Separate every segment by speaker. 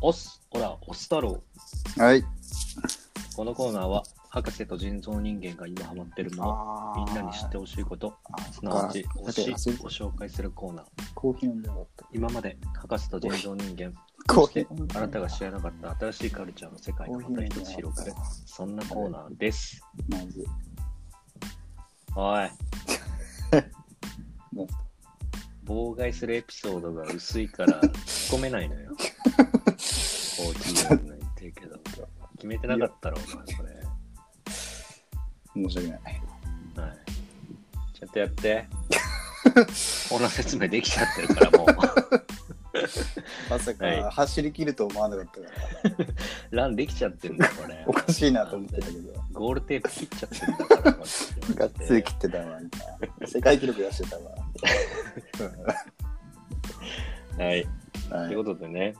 Speaker 1: オス、ほら、オス太郎。
Speaker 2: はい。
Speaker 1: このコーナーは、博士と人造人間が今ハマってるも
Speaker 2: あ
Speaker 1: の、みんなに知って
Speaker 2: ほ
Speaker 1: ほしいこと、
Speaker 2: し
Speaker 1: すなわち、
Speaker 2: だって
Speaker 1: 推しを
Speaker 2: 忘れて
Speaker 1: 紹介するコーナー。
Speaker 2: コーヒー飲んでなかった。
Speaker 1: 今まで、博士と人造人間、
Speaker 2: コ
Speaker 1: そし
Speaker 2: ーヒ
Speaker 1: て
Speaker 2: ー飲んで
Speaker 1: あな
Speaker 2: なかった
Speaker 1: が知らなかった新しいカルチャーの世界
Speaker 2: コ
Speaker 1: が
Speaker 2: ー
Speaker 1: ま
Speaker 2: ヒー飲ん
Speaker 1: た
Speaker 2: で
Speaker 1: 一
Speaker 2: な
Speaker 1: つ
Speaker 2: か
Speaker 1: 広がる
Speaker 2: っ、
Speaker 1: そんなコーナーです。
Speaker 2: た。まず
Speaker 1: はい。
Speaker 2: なんす
Speaker 1: 妨害するエピソードが薄いから、突っ込めないの よ。コーヒー飲むの言ってるけど。決めてなかったろ、お前、それ。
Speaker 2: 申し訳ない。
Speaker 1: はい。ちょっとや って。この説明できちゃってるから、もう。
Speaker 2: まさか、
Speaker 1: はい
Speaker 2: 走り切ると思わなかったから、
Speaker 1: ランできちゃってるんだよ、これ
Speaker 2: お。かしいなと思ってたけど、
Speaker 1: ゴールテープ切っちゃってるんだから、これ
Speaker 2: がっつり切ってたわ、みたいな世界記録出してたわ。
Speaker 1: はい。
Speaker 2: うんは
Speaker 1: とい
Speaker 2: いう
Speaker 1: ことでね、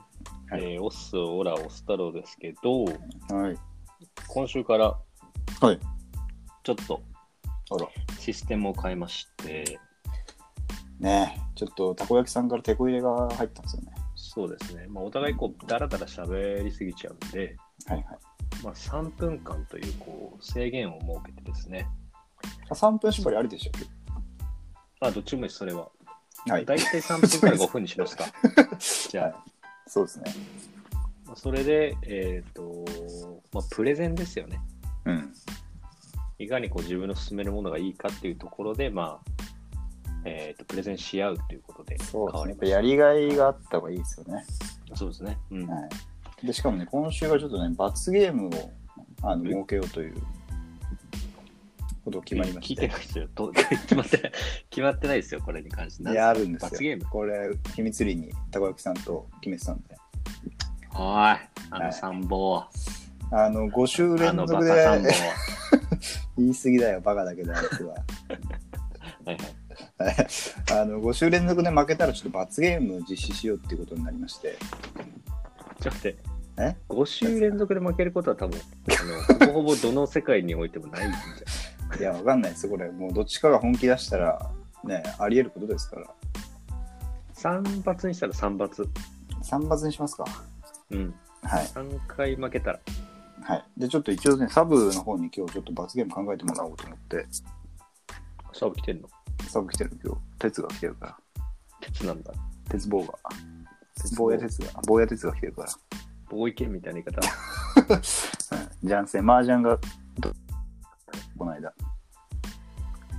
Speaker 2: はい
Speaker 1: えーオッス、オラ、オス太郎ですけど、
Speaker 2: はい。
Speaker 1: 今週から、
Speaker 2: はい
Speaker 1: ちょっと
Speaker 2: あら。
Speaker 1: システムを変えまして、
Speaker 2: ねえ、ちょっとたこ焼きさんから手こ入れが入ったんですよね。
Speaker 1: そうですね、まあ、お互いこう、だらだら喋りすぎちゃうんで、
Speaker 2: はいはい。
Speaker 1: まあ、3分間というこう制限を設けてですね、
Speaker 2: あ3分縛りあるでしょ
Speaker 1: まあ、どっちもいいですそれは。
Speaker 2: はい。
Speaker 1: 大体3分から5分にしますか。じゃあ、
Speaker 2: はいそうですね。
Speaker 1: まあそれで、えっ、と、まあ、プレゼンですよね。
Speaker 2: うん。
Speaker 1: いかにこう自分の進めるものがいいかっていうところで、まあ、えっ、と、プレゼンし合うということで変
Speaker 2: そうです
Speaker 1: わり
Speaker 2: ね。やっ
Speaker 1: ま
Speaker 2: ぱ
Speaker 1: した。
Speaker 2: やりがいがあった方がいいですよね。
Speaker 1: そうですね。うん。
Speaker 2: はい。で、しかもね、今週はちょっとね、罰ゲームをあの
Speaker 1: え
Speaker 2: 設けようということ決まりま
Speaker 1: 聞
Speaker 2: し
Speaker 1: いて
Speaker 2: て
Speaker 1: な。いですよ。と 決まってない、決まってないですよ、これに関して。
Speaker 2: いや、あるんですよ。
Speaker 1: 罰ゲーム
Speaker 2: これ、秘密裏にたこ焼きさんと決めてたんで。
Speaker 1: おい、あ
Speaker 2: は
Speaker 1: の
Speaker 2: い
Speaker 1: 参謀、
Speaker 2: あの、5週
Speaker 1: あ
Speaker 2: 連
Speaker 1: のバ
Speaker 2: 続
Speaker 1: カ参謀
Speaker 2: で。言い過ぎだよ、バカだけど、あいつは。
Speaker 1: はいはい
Speaker 2: はいあの、5週連続で負けたら、ちょっと罰ゲームを実施しようっていうことになりまして。
Speaker 1: ちょっと待って。
Speaker 2: え
Speaker 1: 5週連続で負けることは多分、あのほぼほぼどの世界においてもないんじ
Speaker 2: いや、わかんないです、これ。もう、どっちかが本気出したら、ね、あり得ることですから。
Speaker 1: ゃない ?3 罰にしたら3罰。
Speaker 2: 散髪にしますか。
Speaker 1: うん。
Speaker 2: はい。
Speaker 1: 3回負けたら。
Speaker 2: はい。で、ちょっと一応ね、サブの方に今日ちょっと罰ゲーム考えてもらおうと思って、
Speaker 1: サブ来てんの
Speaker 2: サブ来てるの今日、鉄が来てるから。
Speaker 1: 鉄なんだ。
Speaker 2: 鉄棒が。棒や鉄が。棒や鉄が来てるから。
Speaker 1: 棒意見みたいな言い方。
Speaker 2: うん。じゃんせん、麻雀が、この間。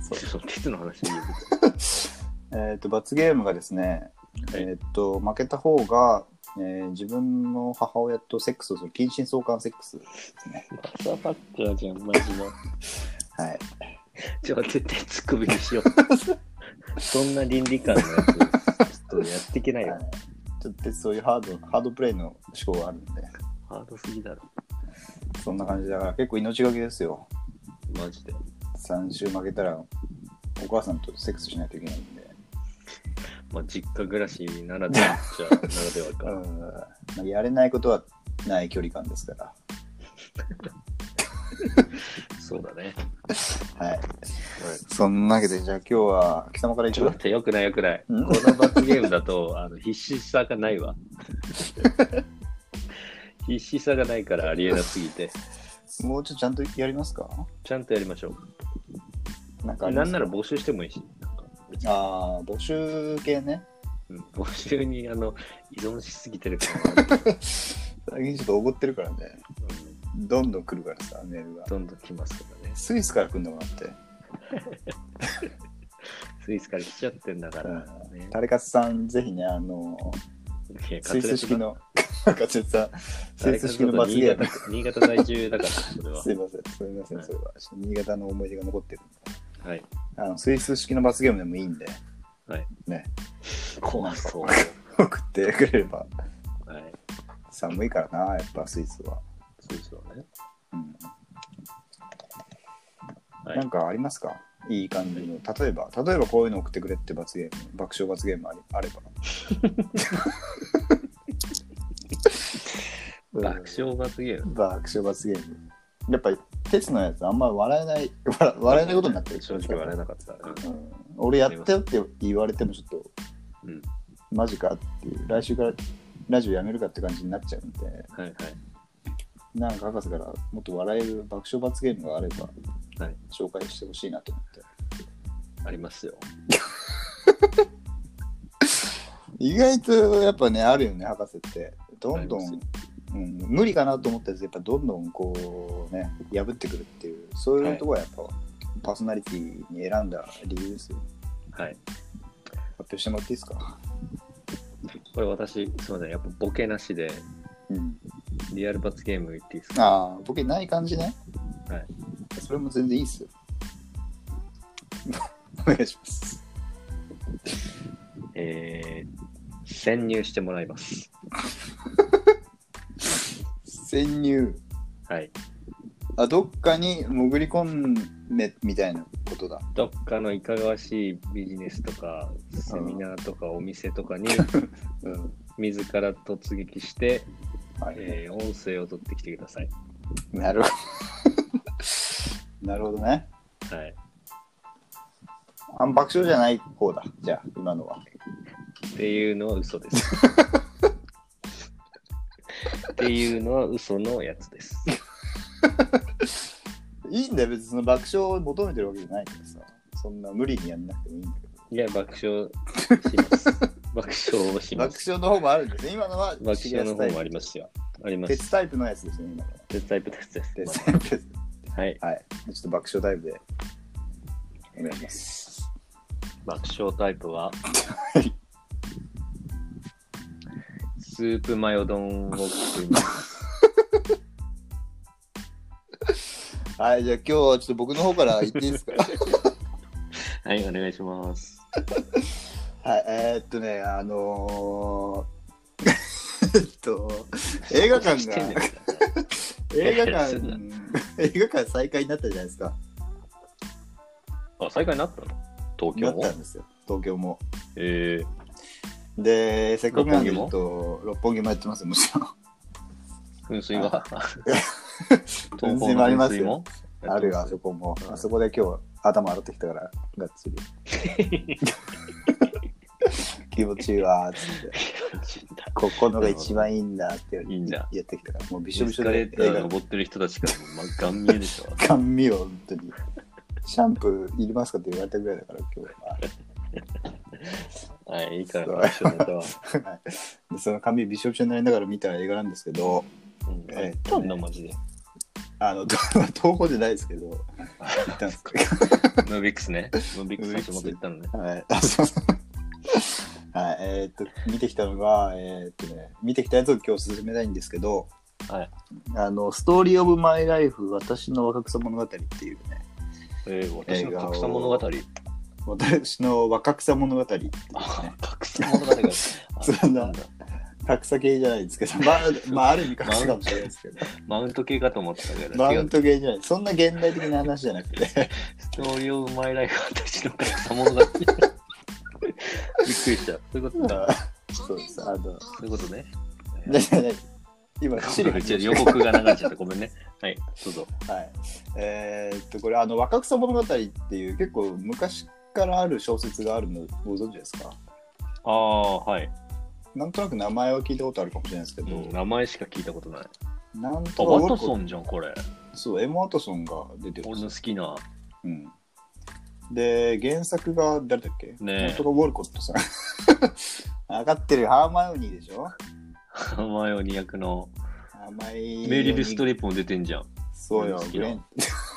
Speaker 2: そう
Speaker 1: そう、鉄の話でいいよ。
Speaker 2: えっ、と、罰ゲームがですね、
Speaker 1: はい
Speaker 2: えっ、と、負けた方が、えー自分の母親とセックスをする近親相関セックスですね。
Speaker 1: マサバッカーじゃん、マジの。
Speaker 2: はい。
Speaker 1: ちょ、絶対ツッコミにしよ う。そんな倫理観のやつ、ちょっとやっていけないよ
Speaker 2: は。いちょっとそういうハード、ハードプレイの思考があるんで、
Speaker 1: ハードすぎだろ。
Speaker 2: そんな感じだから結構命がけですよ。
Speaker 1: マジで。
Speaker 2: 3週負けたら、お母さんとセックスしないといけないんで、
Speaker 1: まあ、実家暮らしならでは、じゃあ、ならでは
Speaker 2: う
Speaker 1: か。
Speaker 2: んまあ、やれないことはない距離感ですから。
Speaker 1: そうだね。
Speaker 2: はい。そんなわけで、じゃあ今日は、貴様から
Speaker 1: ち
Speaker 2: 一
Speaker 1: ょっと
Speaker 2: 応
Speaker 1: 待、って、よくないよくない。こ
Speaker 2: ん
Speaker 1: の罰ゲームだと、 あの必死さがないわ。 必死さがないからありえなすぎて、
Speaker 2: もうちょっとちゃんとやりますか
Speaker 1: ちゃんとやりましょ
Speaker 2: なんかあ
Speaker 1: う。
Speaker 2: り
Speaker 1: な
Speaker 2: ます
Speaker 1: ん
Speaker 2: か
Speaker 1: なら募集してもいいし、なんか別に
Speaker 2: ああ、募集系ね。
Speaker 1: うん募集にあの依存しすぎてるから、うん
Speaker 2: 最近ちょっとおごってるからね。どんどん来るからさ、メールが。
Speaker 1: どんどん来ますからね。
Speaker 2: スイスから来るんだもんだって。
Speaker 1: スイスから来ちゃってんだからね。
Speaker 2: タレカツさん、ぜひね、あの、
Speaker 1: いや
Speaker 2: スイス式。の、 カツさん、スイ
Speaker 1: 滑
Speaker 2: ス
Speaker 1: 舌
Speaker 2: 式の罰ゲーム。
Speaker 1: 新潟新潟在住だから、それは
Speaker 2: す。いません、すいません、それは。新潟の思い出が残ってるんで。
Speaker 1: はい。
Speaker 2: あの、スイス式の罰ゲームでもいいんで、
Speaker 1: はい。
Speaker 2: ね、
Speaker 1: 怖そう。
Speaker 2: 送ってくれれば。
Speaker 1: はい。
Speaker 2: 寒いからな、やっぱスイスは。
Speaker 1: そうですよね。
Speaker 2: うん。
Speaker 1: はい
Speaker 2: なんかありますかいい感じの。例えば、例えばこういうの送ってくれって罰ゲーム、爆笑罰ゲームありあれば。
Speaker 1: 爆笑罰ゲーム。
Speaker 2: 爆笑罰ゲーム。やっぱり、鉄のやつあんま笑えない、笑笑えないことになって る。
Speaker 1: 正直笑えなかった。
Speaker 2: うん俺やったよって言われてもちょっと、
Speaker 1: うん。
Speaker 2: マジかっていう、来週からラジオやめるかって感じになっちゃうんで、
Speaker 1: はいはい。
Speaker 2: なんか博士からもっと笑える爆笑罰ゲームがあれば、
Speaker 1: はい
Speaker 2: 紹介してほしいなと思って。
Speaker 1: ありますよ。
Speaker 2: 意外とやっぱね、あるよね、博士って。どんど
Speaker 1: あり
Speaker 2: ん
Speaker 1: ま、
Speaker 2: うん、無理かなと思ったやつ、やっぱどんどんこうね、破ってくるっていう、そういうところはやっぱ、パーソナリティに選んだ理由ですよ。
Speaker 1: はい。
Speaker 2: 発表してもらっていいですか。
Speaker 1: これ私、すみません。やっぱボケなしで、
Speaker 2: うん、
Speaker 1: リアル罰ゲーム言っていいですか
Speaker 2: ああ、ボケない感じね。
Speaker 1: はい。
Speaker 2: それも全然いいっすよ。 お願いします。
Speaker 1: えー、潜入してもらいます。
Speaker 2: 潜入。
Speaker 1: はい。
Speaker 2: あ、どっかに潜り込めみたいなことだ。
Speaker 1: どっかのいかがわしいビジネスとか、セミナーとかお店とかに、
Speaker 2: うん。
Speaker 1: 自ら突撃して、
Speaker 2: はい。
Speaker 1: えー音声を取ってきてください。
Speaker 2: なるほど。 なるほどね。
Speaker 1: はい。
Speaker 2: あ爆笑じゃない方だ。じゃあ、今のは。
Speaker 1: っていうのは嘘です。っていうのは嘘のやつです。
Speaker 2: いいんだよ、別にその爆笑を求めてるわけじゃないからさ。そんな無理にやんなくてもいいんだけど。
Speaker 1: いや、爆笑します。爆笑をしま
Speaker 2: 爆
Speaker 1: す。
Speaker 2: 笑の方もあるんですね。今のは
Speaker 1: 爆笑の方もありますよ。あります。
Speaker 2: 鉄タイプのやつですね、今のは。
Speaker 1: 鉄タイプです。鉄
Speaker 2: 鉄タイプです。
Speaker 1: はい。
Speaker 2: はい。ちょっと爆笑タイプでお願いします。
Speaker 1: 爆笑タイプは、
Speaker 2: い
Speaker 1: スープマヨ丼を食います。
Speaker 2: はい、じゃあ今日はちょっと僕の方から言っていいですか
Speaker 1: はい、お願いします。
Speaker 2: はい、えー、っとね、あのー、え っと、映画館が、映画館、映画館再開になったじゃないですか。
Speaker 1: あ、再開になったの東
Speaker 2: な
Speaker 1: 京
Speaker 2: っ
Speaker 1: も
Speaker 2: たんですよ、東京も。
Speaker 1: えー、
Speaker 2: で、せっかくなんで、ちょっと六本木もやってますよ、もちろ ん。
Speaker 1: 噴水は
Speaker 2: 噴水もありますよ
Speaker 1: 東方の噴水も
Speaker 2: あるよ、あそこも。あそこで今日、頭洗ってきたから、がっつり。 気持ちいいわ、つって。 ここのが一番いいんだって
Speaker 1: いいんだ
Speaker 2: やってきたから、もう びしょ
Speaker 1: 一
Speaker 2: びしょ
Speaker 1: 緒でエ
Speaker 2: で
Speaker 1: スカレ
Speaker 2: 映
Speaker 1: ーター
Speaker 2: 画
Speaker 1: 登ってる人たちからも、まあ、顔見えでし ょ。
Speaker 2: 感味を本当に。シャンプーいりますかって言われたぐらいだから、今
Speaker 1: はい、いいから、爆笑 ネタは。
Speaker 2: 日は。でその髪びしょびしょになりながら見た映画なんですけど、
Speaker 1: うん、
Speaker 2: えー
Speaker 1: どんなマジで。
Speaker 2: あの、ど 東方じゃないですけど、行ったんですけ
Speaker 1: ム
Speaker 2: ど
Speaker 1: ービックスね。ムービックス橋本行ったのね。
Speaker 2: はい、あ、そうそう。はい、えーっと、見てきたのが、えーっとね、見てきたやつを今日進めたいんですけど、
Speaker 1: はい。
Speaker 2: あの、ストーリー・オブ・マイ・ライフ、私の若草物語っていうね、
Speaker 1: えー、私
Speaker 2: 映
Speaker 1: の
Speaker 2: 画を
Speaker 1: 格差物語。
Speaker 2: 私の若草物語っていうね、
Speaker 1: あ格差物語が。あ
Speaker 2: そんな
Speaker 1: なんだ
Speaker 2: 格差系じゃないですけど、まあ、まあ、ある意味格差かもしれないですけど、
Speaker 1: マウント系かと思ってたけど、
Speaker 2: マ
Speaker 1: 違
Speaker 2: ウ
Speaker 1: う
Speaker 2: ン。ト系じゃない、そんな現代的な話じゃなくて、
Speaker 1: ストーリーオブマイライフ、 私の格差物語。びっ くりした。そういうことだ。
Speaker 2: そうです、あの、
Speaker 1: そういうことね。
Speaker 2: じゃじゃじゃ今、資料
Speaker 1: ちょ予告が流れちゃって、ごめんね。はい、どうぞ。
Speaker 2: はい。えーっと、これ、あの、若草物語っていう、結構昔からある小説があるの、ご存知ですか
Speaker 1: ああ、はい、
Speaker 2: なんとなく名前は聞いたことあるかもしれないですけど、
Speaker 1: うん名前しか聞いたことない。
Speaker 2: なん
Speaker 1: あ、
Speaker 2: と
Speaker 1: ワ
Speaker 2: な
Speaker 1: ト
Speaker 2: く
Speaker 1: ソンじゃん、これ。
Speaker 2: そう、エム・ワトソンが出てるんで
Speaker 1: 俺
Speaker 2: す
Speaker 1: の
Speaker 2: よ。
Speaker 1: 好きな。
Speaker 2: うん。で、原作が誰だっけ
Speaker 1: ねえ
Speaker 2: 本当がウォルコットさん。 上がってるハーマイオニーでしょ
Speaker 1: ハーマイオニ役の
Speaker 2: 甘い。
Speaker 1: メリル・スト
Speaker 2: リッ
Speaker 1: リッ
Speaker 2: プ。
Speaker 1: プも出てんじゃん。
Speaker 2: そうよ
Speaker 1: 好、き
Speaker 2: グ
Speaker 1: な
Speaker 2: レン。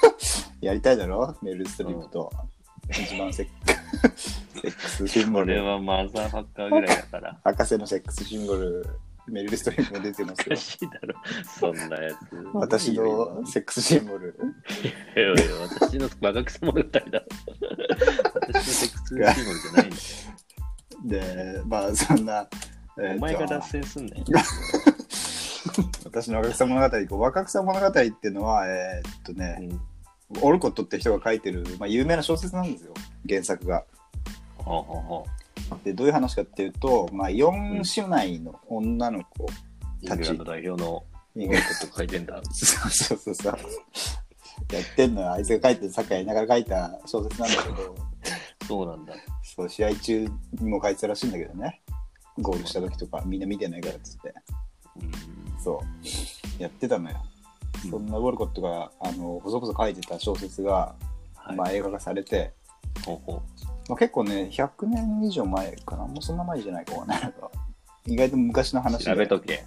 Speaker 2: やりたいだろメリル・ストリップと。一番セッ クセックスシンボ
Speaker 1: これ
Speaker 2: ル。
Speaker 1: はマザーファッカーぐらいだから。
Speaker 2: 博士のセックスシンボル、メリル・ストリップも出てま
Speaker 1: お
Speaker 2: す
Speaker 1: か
Speaker 2: よ。
Speaker 1: しいだろ、そんなやつ。
Speaker 2: 私のセックスシンボル。
Speaker 1: いやいやいや私のバカクソ物語だ。私のセックスシーボルじゃないんだよ。
Speaker 2: で、まあそんな、 えーと
Speaker 1: お前が脱線すんね
Speaker 2: 私の若草物語、こう若草物語っていうのは、えーっとね、
Speaker 1: ん。
Speaker 2: オルコットって人が書いてる、まあ、有名な小説なんですよ、原作が。
Speaker 1: ほうほうほ
Speaker 2: で、どういう話かっていうと、まあ、4姉妹の女の子、
Speaker 1: う。イングランド代表の
Speaker 2: イ
Speaker 1: こう
Speaker 2: ング
Speaker 1: いう
Speaker 2: ランド
Speaker 1: こと書いてんだ。
Speaker 2: そうそうそうそう。やってんのよあいつが書いてる、サッカーやりながら書いた小説なんだけど、
Speaker 1: そうなんだ。
Speaker 2: そう試合中にも書いてたらしいんだけどね。ゴールした時とか、みんな見てないからっつって。そう。やってたのよ。
Speaker 1: うん
Speaker 2: そんなウォルコットが、あの、細々書いてた小説が、
Speaker 1: はい、
Speaker 2: まあ映画化されて、
Speaker 1: ほうほ
Speaker 2: まあ、結構ね、100年以上前かな、もうそんな前じゃないかもね。 意外と昔の
Speaker 1: う
Speaker 2: 話
Speaker 1: 調べ
Speaker 2: で、
Speaker 1: とけ。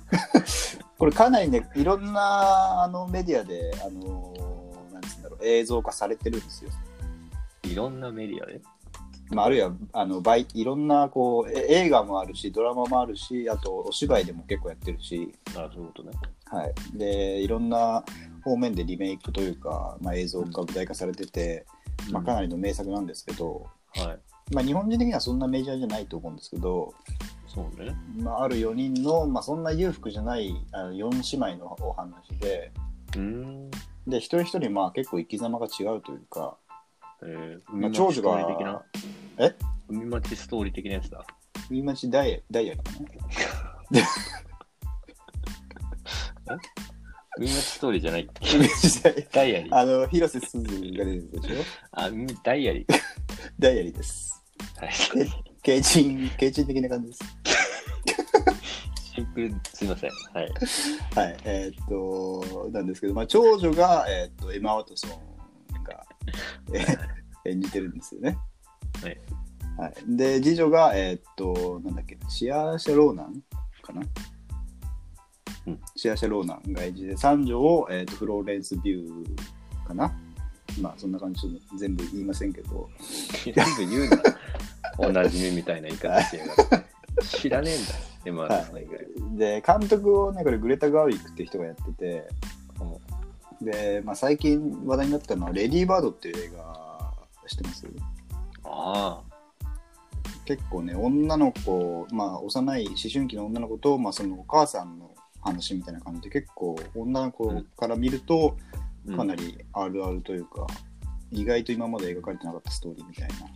Speaker 2: これかなりね、いろんなあのメディアで、あのーなんつうんだろう、映像化されてるんですよ。
Speaker 1: いろんなメディアで。
Speaker 2: まあ、あるいはあのバイいろんなこうえ映画もあるしドラマもあるしあとお芝居でも結構やってるし、
Speaker 1: あそういうことね。
Speaker 2: はい、でいろんな方面でリメイクというか、まあ、映像化舞台化されてて、まあ、かなりの名作なんですけど、
Speaker 1: うんはい。
Speaker 2: まあ、日本人的にはそんなメジャーじゃないと思うんですけど、
Speaker 1: そうね。
Speaker 2: まあ、ある4人の、まあ、そんな裕福じゃないあの4姉妹のお話で
Speaker 1: うーん。
Speaker 2: で一人一人まあ結構生き様が違うというか、
Speaker 1: えー、
Speaker 2: ま
Speaker 1: 海
Speaker 2: あ、長
Speaker 1: 町
Speaker 2: 女
Speaker 1: ストーリー的な
Speaker 2: が。え
Speaker 1: 海町ストーリー的なやつだ。
Speaker 2: 海町ダイヤダイヤかな
Speaker 1: 海町ストーリーじゃない。
Speaker 2: 海町ダイ
Speaker 1: ダイア
Speaker 2: ヤ
Speaker 1: リー。
Speaker 2: あの広瀬すずが出てるでしょ
Speaker 1: あ、うんダイアリー。
Speaker 2: ダイアリーです。
Speaker 1: はい。
Speaker 2: ケイチン、ケイチン的な感じです。
Speaker 1: シンプル、すいません。はい。
Speaker 2: はい、えーっと、なんですけど、まあ、長女が、えーっと、エマ・ワトソンが、えー演じてるんですよね。
Speaker 1: はい。
Speaker 2: はい、で、次女が、えーっと、なんだっけ、シアーシャ・ローナンかな、
Speaker 1: うん
Speaker 2: シアーシャ・ローナンが演じて、三女を、えーっと、フローレンス・ビューかなまあ、そんな感じ、ちょっと全部言いませんけど、
Speaker 1: 全部言うな。おなじみみたいな言い方してやがって。知らねえんだ。エマーさん以外。
Speaker 2: で、監督をね、これ、グレタ・ガーウィックって人がやってて、
Speaker 1: うん
Speaker 2: で、まあ、最近話題になったのは「レディーバード」っていう映画知ってます
Speaker 1: あ
Speaker 2: 結構ね女の子、まあ、幼い思春期の女の子と、まあ、そのお母さんの話みたいな感じで結構女の子から見ると
Speaker 1: あ。
Speaker 2: かな。りあるあるというか、意外と今まで描かれてなかったストーリーみたいな
Speaker 1: な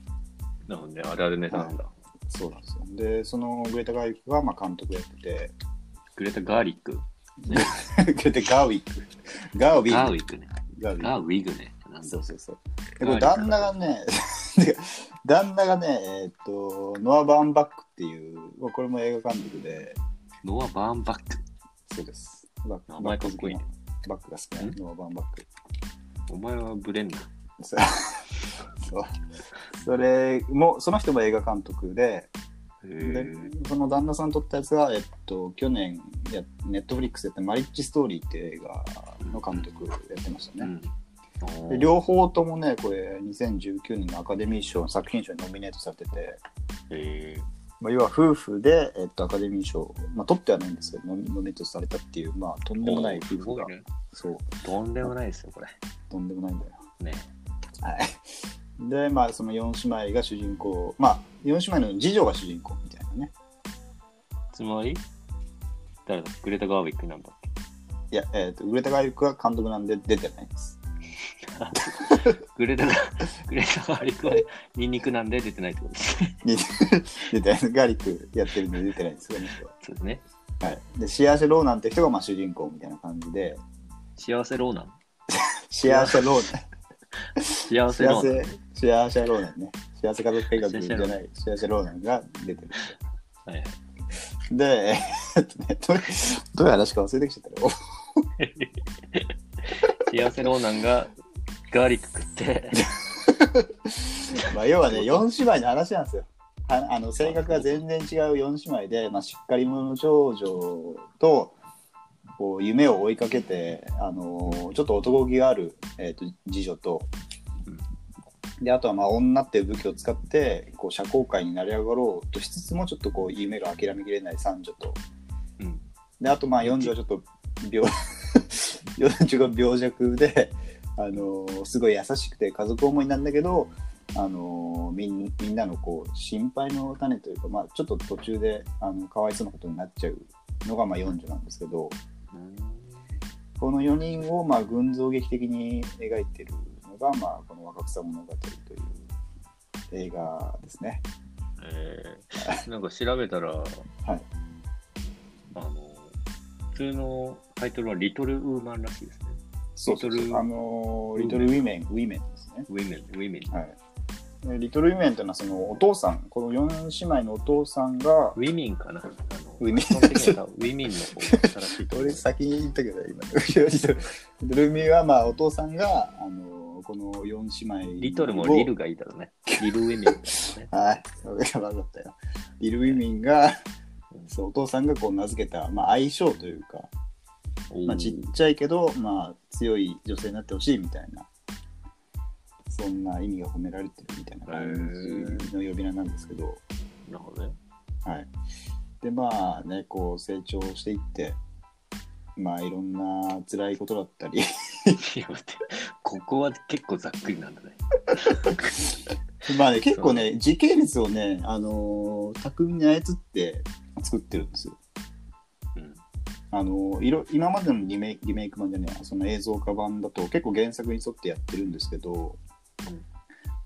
Speaker 1: るほどね。あるあるネタなんだ。
Speaker 2: そうなんですよでそのグレタ・ガーウィックがまあ監督やってて
Speaker 1: グレタ・ガーリック。
Speaker 2: グレタ・ガーウィックガーウィ
Speaker 1: ガーウィ
Speaker 2: ッ
Speaker 1: ックね。
Speaker 2: クガーウィック
Speaker 1: ガーウィグね。なんだ
Speaker 2: そうそうそう。で、
Speaker 1: ガーリ
Speaker 2: これ
Speaker 1: ック
Speaker 2: 旦那がね、 てか旦那がね、えーっと、ノア・バーンバックっていう、まあこれも映画監督で、
Speaker 1: ノア・バーンバック。
Speaker 2: そうです。バック
Speaker 1: 名前かっこいいね。
Speaker 2: バックが好きな、
Speaker 1: ん
Speaker 2: ノア・バーンバック。
Speaker 1: お前はブレンな。
Speaker 2: そう。そうそれも、その人も映画監督で、
Speaker 1: へ
Speaker 2: で
Speaker 1: ー
Speaker 2: その旦那さん撮ったやつが、えっと、去年や、ネットフリックスやったマリッジ・ストーリーっていう映画の監督やってましたね。
Speaker 1: うんあー
Speaker 2: で両方ともね、これ、2019年のアカデミー賞の作品賞にノミネートされてて、
Speaker 1: へー
Speaker 2: まあ、要は夫婦で、えっと、アカデミー賞、まあ、取ってはないんですけど、ノミノミネートされたっていう、まあ、とんでもない
Speaker 1: おー
Speaker 2: 夫
Speaker 1: す
Speaker 2: 婦
Speaker 1: ご
Speaker 2: が、
Speaker 1: いね。
Speaker 2: そう、
Speaker 1: とんでもないですよ、これ。
Speaker 2: とんでもないんだよ。
Speaker 1: ね。
Speaker 2: はい。 で、まあ、その4姉妹が主人公、まあ、4姉妹の次女が主人公みたいなね。
Speaker 1: つまり、誰だグレタ・ガーウィックなんだっけ
Speaker 2: いや、えっ、と、グレタ・ガーリックが監督なんで出てないです。
Speaker 1: グレタガ、 グレタガーリックはニンニクなんで出てないってことですね。
Speaker 2: に出てないガーリックやってるんで出てないんですよ、この人は
Speaker 1: そうですね。
Speaker 2: はい。で、シアーシェ・ローナンって人が、まあ、主人公みたいな感じで、
Speaker 1: 幸せローナン。
Speaker 2: シアーシェ・ローナン。
Speaker 1: 幸せロ
Speaker 2: 幸
Speaker 1: ーナン
Speaker 2: せ、幸せローナンね。幸せ家族計画じゃない、幸せローナンが出てる。。
Speaker 1: はいはい
Speaker 2: で、えっとね、どうどういう話か忘れてきちゃったよ。
Speaker 1: 幸せローナンがガーリック食 って、
Speaker 2: まあ、要はね、4姉妹の話なんですよ。ああの性格が全然違う4姉妹で、まあ、しっかり者の少女とこう夢を追いかけて、あのーちょっと男気がある、えー、と次女と
Speaker 1: うん
Speaker 2: であとはまあ女っていう武器を使ってこう社交界になり上がろうとしつつもちょっとこう夢が諦めきれない三女と
Speaker 1: うん、
Speaker 2: であとまあ40はちょっと病 40が病弱で、あのーすごい優しくて家族思いなんだけど、あのーみんみんなのこう心配の種というか、まあ、ちょっと途中であのかわいそうなことになっちゃうのがまあ40なんですけどこの4人をまあ群像劇的に描いてるのが、まあ、この「若草物語」という映画ですね。
Speaker 1: えー、なんか調べたら、
Speaker 2: はい、
Speaker 1: あの、普通のタイトルはリトルウーマンらしいですね。
Speaker 2: そうそうそう
Speaker 1: リトル
Speaker 2: あのーリトルウィメン、ウィメンですね。
Speaker 1: ウィメン、ウィメン。
Speaker 2: はい、リトル・ウィメンっていうのはそのお父さんこの4姉妹のお父さんが
Speaker 1: ウィミンかな。あの
Speaker 2: ウィミン
Speaker 1: 基本的には多分ウィミンの方が正しいと思う
Speaker 2: 俺。先に言ったけど今 リトルリトル・ウィメンはまあお父さんがあのこの4姉妹
Speaker 1: リトルも
Speaker 2: を。
Speaker 1: リルがいいだろうね。リルウィミンだろうね
Speaker 2: はい、それが分かったよ。リル・ウィミンが、そうお父さんがこう名付けた、まあ、相性というか、 まあ、ちっちゃいけど、まあ、強い女性になってほしいみたいな、そんな意味が込められてるみたいな感じの呼び名なんですけど、
Speaker 1: なるほどね。
Speaker 2: はい。で、まあね、こう成長していって、まあ、いろんな辛いことだったり、
Speaker 1: い や待ってここは結構ざっくりなんだね。
Speaker 2: まあね、結構ね、時系列をね、あのー巧みに操って作ってるんですよ。
Speaker 1: うん。
Speaker 2: あのいろ今までのリメイクリメイク版じゃねえやその映像化版だと結構原作に沿ってやってるんですけど、
Speaker 1: うん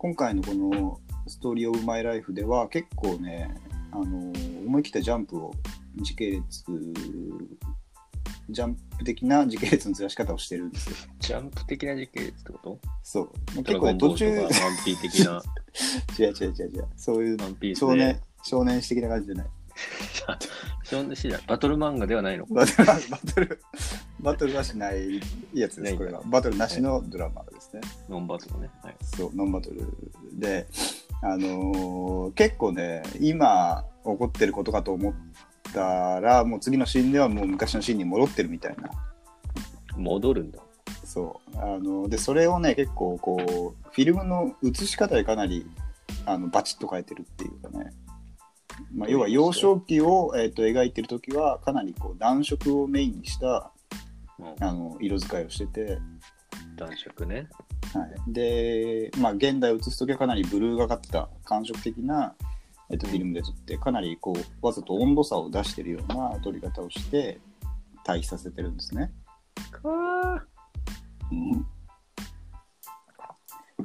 Speaker 2: 今回のこの「ストーリー・オブ・マイ・ライフ」では結構ねあの思い切ったジャンプを時系列ジャンプ的な時系列のずらし方をしてるんですよ。
Speaker 1: ジャンプ的な時系列ってこと
Speaker 2: そう
Speaker 1: ド
Speaker 2: 結
Speaker 1: ラゴ
Speaker 2: 構
Speaker 1: ンボール
Speaker 2: 途
Speaker 1: と
Speaker 2: 中違う
Speaker 1: かワンピー的 な、
Speaker 2: 違う違う違うそういう
Speaker 1: ワンピース
Speaker 2: 少 年
Speaker 1: で、
Speaker 2: 少年史的な感じじゃない
Speaker 1: 少年誌だ。バトル漫画ではないの
Speaker 2: バトルバトルバトルはしないやつで
Speaker 1: ない
Speaker 2: すこれはバトルなしのドラマですね。
Speaker 1: ノンバトルね。はい。
Speaker 2: そう、ノンバトルで、あのー結構ね、今起こってることかと思ったら、もう次のシーンではもう昔のシーンに戻ってるみたいな。
Speaker 1: 戻るんだ。
Speaker 2: そう。あので、それをね、結構こう、フィルムの映し方でかなり、あの、バチッと変えてるっていうかね。まあ、要は幼少期を、えー、と描いてる時はかなりこう暖色をメインにした
Speaker 1: うん
Speaker 2: あの色使いをしてて、
Speaker 1: 暖色ね。
Speaker 2: はい、で、まあ、現代を映す時はかなりブルーがかってた感触的な、えっと、フィルムで撮ってかなりこうわざと温度差を出してるような撮り方をして対比させてるんですね、
Speaker 1: かー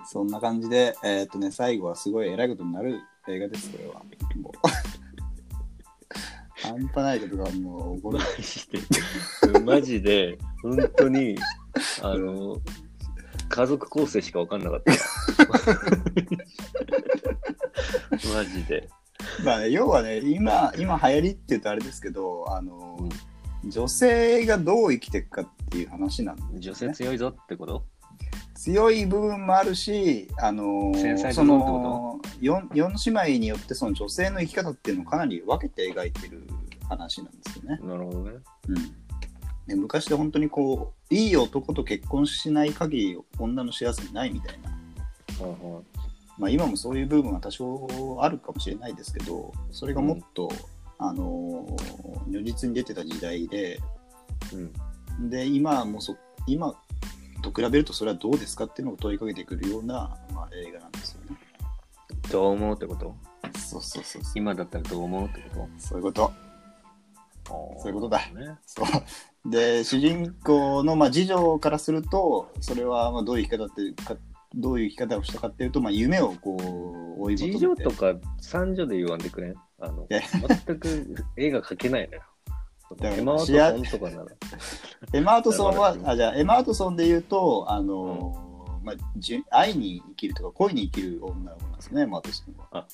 Speaker 2: そんな感じで、えーっとね、最後はすごい偉いことになる映画ですこれはもう 半端ないことがもう起こる
Speaker 1: マジで、 マジで、本当に、あの、家族構成しか分かんなかった。 マジで。
Speaker 2: まあね、要はね今今流行りって言うとあれですけどあの、女性がどう生きていくかっていう話なんで
Speaker 1: 女性強いぞってこと
Speaker 2: 強い部分もあるし、あのー
Speaker 1: 繊細
Speaker 2: そ
Speaker 1: 部分ってこと
Speaker 2: の 4, 4姉妹によってその女性の生き方っていうのをかなり分けて描いてる話なんですよね。
Speaker 1: なるほどね。
Speaker 2: うん、で昔で本当にこういい男と結婚しない限り女の幸せないみたいな、
Speaker 1: はいはい
Speaker 2: まあ、今もそういう部分は多少あるかもしれないですけどそれがもっと、あのー如実に出てた時代で
Speaker 1: うん、
Speaker 2: で今はもうそ今と比べるとそれはどうですかっていうのを問いかけてくるような、まあ、映画なんですよね。
Speaker 1: どう思うってこと
Speaker 2: そうそうそうそう。
Speaker 1: 今だったらどう思うってこ
Speaker 2: そういうこと。
Speaker 1: と
Speaker 2: そういうことだ
Speaker 1: ね、
Speaker 2: そうで、主人公の、まあ、次女からすると、それはまあどういう生き方ってか、どういう生き方をしたかっていうと、まあ、夢をこう追い求め
Speaker 1: 次
Speaker 2: て
Speaker 1: 女とか三女で言わんでくれんあの
Speaker 2: いや
Speaker 1: 全く絵が描けないのよ。
Speaker 2: だから
Speaker 1: エマワトソンとかなら。
Speaker 2: エマ・アートソンは
Speaker 1: だか、ら
Speaker 2: あじゃあエマ・アートソンで言うと、あのーまあ、じゅ愛に生きるとか、恋に生きる女の子なんですね、エマ・アートソンは。